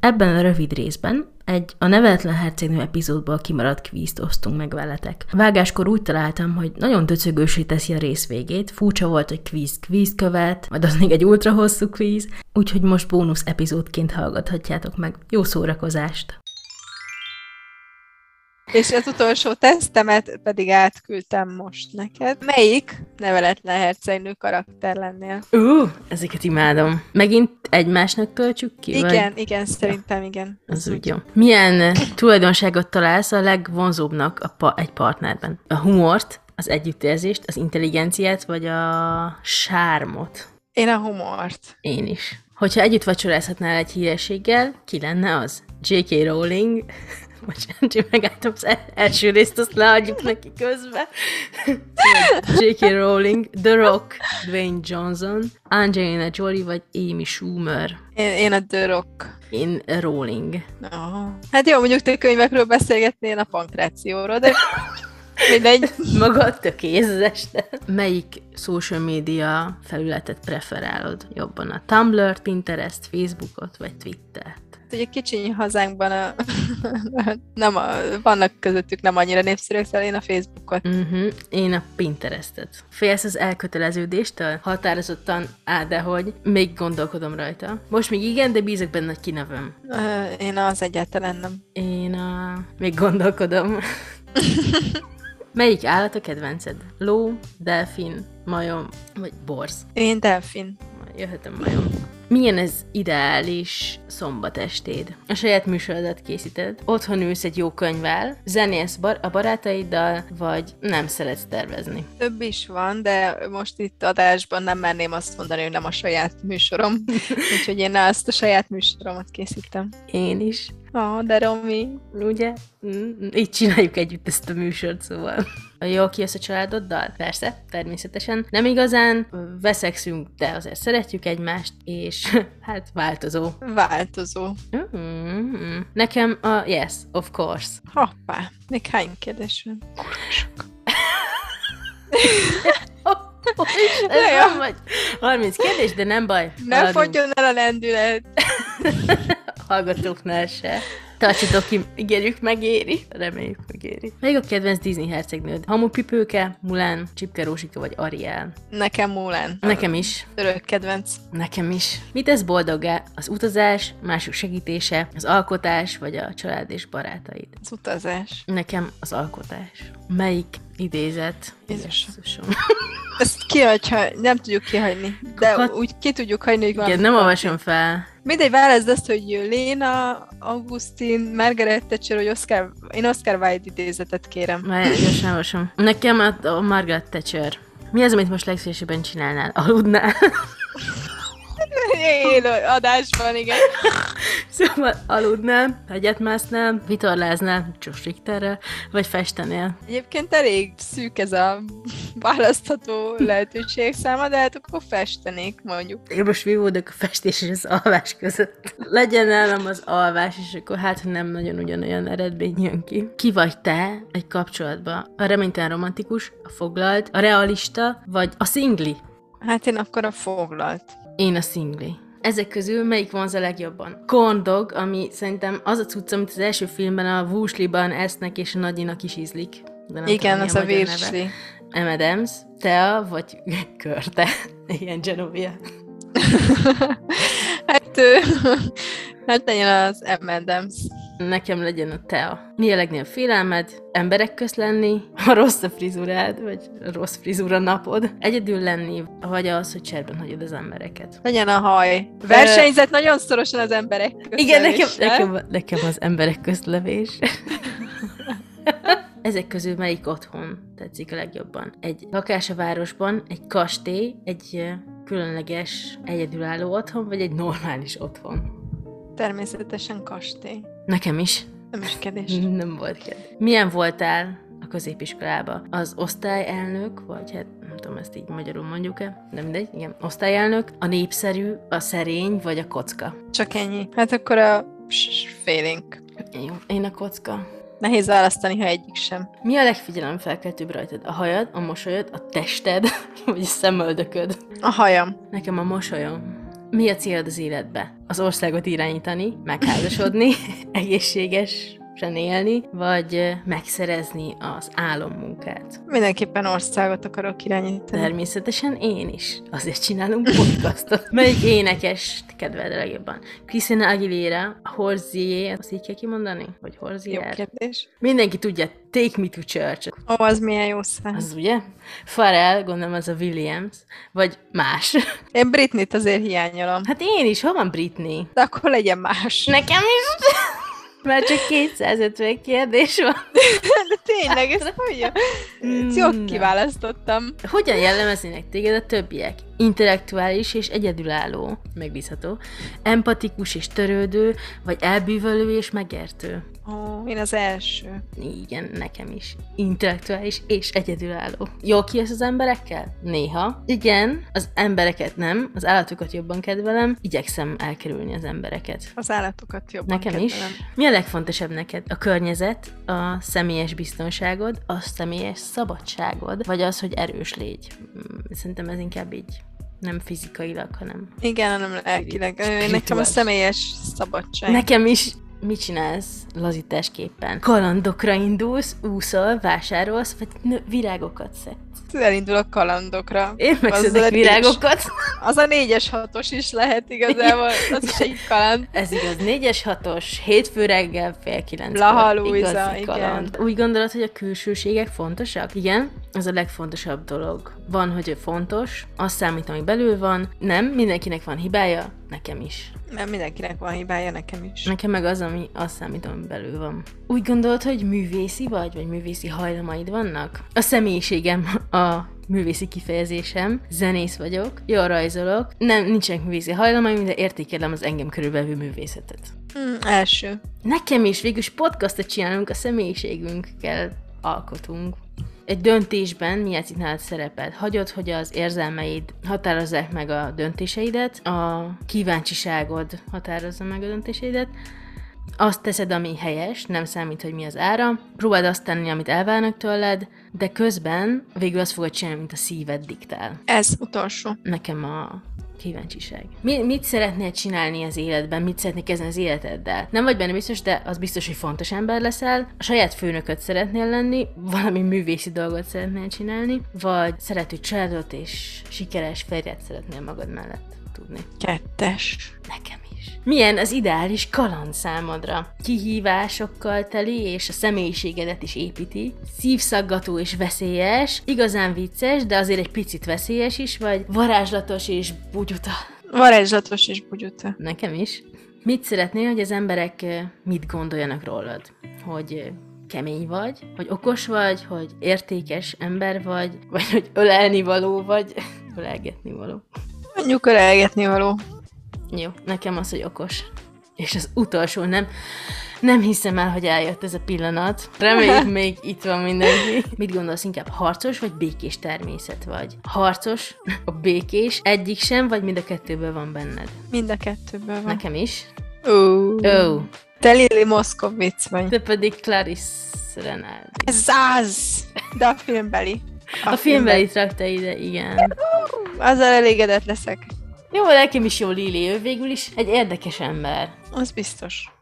Ebben a rövid részben egy a nevetlen hercegnő epizódból kimaradt kvízt osztunk meg veletek. Vágáskor úgy találtam, hogy nagyon döcögősé teszi a rész végét, furcsa volt, hogy kvíz kvíz követ, majd az még egy ultra hosszú kvíz, úgyhogy most bónusz epizódként hallgathatjátok meg. Jó szórakozást! És az utolsó tesztemet pedig átküldtem most neked. Melyik neveletlen hercegnő karakter lennél? Ú, uh, ezeket imádom. Megint egymásnak töltsük ki? Igen, vagy? igen, szerintem igen. Az úgy jó. Milyen tulajdonságot találsz a legvonzóbbnak a pa- egy partnerben? A humort, az együttérzést, az intelligenciát, vagy a sármot? Én a humort. Én is. Hogyha együtt vacsorázhatnál egy hírességgel, ki lenne az? J.K. Rowling, bocsánat, én megálltam az el- első részt, azt leadjuk neki közben. J.K. Rowling, The Rock, Dwayne Johnson, Angelina Jolie vagy Amy Schumer. Én, én a The Rock. Én Rowling. No. Hát jó, mondjuk te könyvekről beszélgetni, én a pankrációról, de mindegy. Magad tökéz az este. Melyik social media felületet preferálod jobban? A Tumblr, Pinterest, Facebookot vagy Twittert? ugye kicsiny hazánkban a, nem a, vannak közöttük nem annyira népszerűek, szóval én a Facebookot. Uh-huh. Én a Pinterestet. Félsz az elköteleződéstől? Határozottan, á, de hogy még gondolkodom rajta. Most még igen, de bízok benne, hogy kinevem. Uh, én az egyáltalán nem. Én a... még gondolkodom. Melyik állat a kedvenced? Ló, delfin, majom vagy borz? Én delfin. Jöhetem majom. Milyen ez ideális szombatestéd? A saját műsorodat készíted, otthon ülsz egy jó könyvvel, zenész bar- a barátaiddal, vagy nem szeretsz tervezni? Több is van, de most itt adásban nem merném azt mondani, hogy nem a saját műsorom. Úgyhogy én azt a saját műsoromat készítem. Én is. Ó, oh, de Romi. Ugye? Mm, így csináljuk együtt ezt a műsort, szóval. Jó, kijössz a családoddal? Persze, természetesen. Nem igazán veszekszünk, de azért szeretjük egymást, és hát változó. Változó. Mm-hmm. Nekem a yes, of course. Hoppá, még hány kérdés van? Kurvasok. Oh, ez van, vagy 30 kérdés, de nem baj. Nem fogjon el a lendület. hallgatóknál se. Tartsatok ki, ígérjük, megéri. Reméljük, megéri. Melyik a kedvenc Disney hercegnőd? Hamupipőke, Mulán, Csipke Rósika vagy Ariel? Nekem Mulán. Nekem is. Örök kedvenc. Nekem is. Mit ez boldogá? Az utazás, mások segítése, az alkotás, vagy a család és barátaid? Az utazás. Nekem az alkotás. Melyik idézet? Jézusom. Jézusom. Ezt kihagyha, nem tudjuk kihagyni. De Kat... úgy ki tudjuk hagyni, hogy van. Igen, nem olvasom fel. Mindegy, válaszd azt, hogy Léna, Augustin, Margaret Thatcher, hogy Oscar, én Oscar Wilde idézetet kérem. Már gyorsan olvasom. Nekem a Margaret Thatcher. Mi az, amit most legszívesebben csinálnál? Aludnál? Élő adásban, igen. szóval aludnám, egyet másznám, vitorláznám, Josh Richterrel, vagy festenél. Egyébként elég szűk ez a választható lehetőség száma, de hát akkor festenék, mondjuk. Én most vívódok a festés és az alvás között. Legyen nálam az alvás, és akkor hát, ha nem nagyon ugyanolyan eredmény jön ki. Ki vagy te egy kapcsolatban? A reménytelen romantikus, a foglalt, a realista, vagy a szingli? Hát én akkor a foglalt. Én a szingli. Ezek közül melyik vonz a legjobban? Corn dog, ami szerintem az a cucc, amit az első filmben a vúsliban esznek, és a nagyinak is ízlik. De nem Igen, tudom, az a, a virsli. M&M's, tea vagy körte. Igen, Genovia. hát, ő, hát legyen az M&M's. Nekem legyen a tea. Mi a legnagyobb félelmed? Emberek közt lenni? A rossz a frizurád, vagy a rossz frizura napod? Egyedül lenni, vagy az, hogy cserben hagyod az embereket? Legyen a haj. Versenyzet Ö... nagyon szorosan az emberek közt Igen, nekem, nekem, nekem az emberek közt levés. Ezek közül melyik otthon tetszik a legjobban? Egy lakás a városban, egy kastély, egy különleges, egyedülálló otthon, vagy egy normális otthon? Természetesen kastély. Nekem is. Nem is kedés. Nem volt kedés. Milyen voltál a középiskolába? Az osztályelnök, vagy hát nem tudom, ezt így magyarul mondjuk-e, de mindegy, igen, osztályelnök, a népszerű, a szerény, vagy a kocka? Csak ennyi. Hát akkor a félénk. Jó, én a kocka. Nehéz választani, ha egyik sem. Mi a legfigyelemfelkeltőbb rajtad? A hajad, a mosolyod, a tested, vagy a szemöldököd? A hajam. Nekem a mosolyom. Mi a célod az életbe? Az országot irányítani, megházasodni, egészséges élni, vagy ö, megszerezni az álommunkát. Mindenképpen országot akarok irányítani. Természetesen én is. Azért csinálunk podcastot. Melyik énekes kedved a legjobban? Christina Aguilera, Horzier, azt így kell kimondani? Vagy Jó Horzier? kérdés. Mindenki tudja, Take Me to Church. Ó, az milyen jó szám. Az ugye? Pharrell, gondolom az a Williams, vagy más. Én Britnit azért hiányolom. Hát én is, hol van Britney? De akkor legyen más. Nekem is! Már csak 250 kérdés van. De tényleg, ez hogy jó? Ezt Na. jól kiválasztottam. Hogyan jellemeznének téged a többiek? Intellektuális és egyedülálló, megbízható, empatikus és törődő, vagy elbűvölő és megértő? Ó, én az első. Igen, nekem is. Intellektuális és egyedülálló. Jó kijössz az emberekkel? Néha. Igen, az embereket nem, az állatokat jobban kedvelem, igyekszem elkerülni az embereket. Az állatokat jobban Nekem is. kedvelem. Mi a legfontosabb neked? A környezet, a személyes biztonságod, a személyes szabadságod, vagy az, hogy erős légy? Mm, Szerintem ez inkább így nem fizikailag, hanem... Igen, hanem lelkileg. Ö, Nekem a Spirituális. személyes szabadság. Nekem is mit csinálsz lazításképpen? Kalandokra indulsz, úszol, vásárolsz, vagy nö, virágokat szedsz? Elindulok kalandokra. Én megszedek Azzal is. virágokat. Az a négyes hatos is lehet igazából, az is egy kaland. Ez igaz, 4-es, 6-os, hétfő reggel fél 9 Blaha Lujza, igen. Úgy gondolod, hogy a külsőségek fontosak? Igen, ez a legfontosabb dolog. Van, hogy ő fontos, az számít, ami belül van, nem, mindenkinek van hibája, nekem is. Mert mindenkinek van hibája, nekem is. Nekem meg az, ami az számít, ami belül van. Úgy gondolod, hogy művészi vagy, vagy művészi hajlamaid vannak? A személyiségem a művészi kifejezésem, zenész vagyok, jól rajzolok, nem, nincsenek művészi hajlamaim, de értékelem az engem körülvevő művészetet. Mm, első. Nekem is végülis podcastot csinálunk, a személyiségünkkel alkotunk. Egy döntésben mi játszik nálad szerepet? Hagyod, hogy az érzelmeid határozzák meg a döntéseidet, a kíváncsiságod határozza meg a döntéseidet, azt teszed, ami helyes, nem számít, hogy mi az ára, próbáld azt tenni, amit elvárnak tőled, de közben végül azt fogod csinálni, mint a szíved diktál Ez utolsó. nekem a kíváncsiság. Mi, mit szeretnél csinálni az életben? Mit szeretnél kezdeni az életeddel? Nem vagy benne biztos, de az biztos, hogy fontos ember leszel. A saját főnököt szeretnél lenni, valami művészi dolgot szeretnél csinálni, vagy szerető családot és sikeres férjet szeretnél magad mellett tudni. Kettes. Nekem is. Milyen az ideális kaland számodra? Kihívásokkal teli, és a személyiségedet is építi. Szívszaggató és veszélyes, igazán vicces, de azért egy picit veszélyes is vagy. Varázslatos és bugyuta. Varázslatos és bugyuta. Nekem is. Mit szeretnél, hogy az emberek ö, mit gondoljanak rólad? Hogy ö, kemény vagy, hogy okos vagy, hogy értékes ember vagy, vagy hogy ölelni való vagy. Ölelgetni való. Mondjuk ölelgetni való. Jó, nekem az, hogy okos. És az utolsó nem. Nem hiszem el, hogy eljött ez a pillanat. Reméljük még itt van mindenki. Mit gondolsz, inkább harcos vagy békés természet vagy? Harcos, a békés, egyik sem, vagy mind a kettőből van benned? Mind a kettőből van. Nekem is. Ó. Ó, oh, Te Lili Moszkovic vagy. te pedig Clarice Renaldi. Ez az! De a filmbeli. A filmben itt rakta ide, igen. filmbeli. Azzal elégedett leszek. Jó, nekem is jó Lili, ő végül is egy érdekes ember. Az biztos.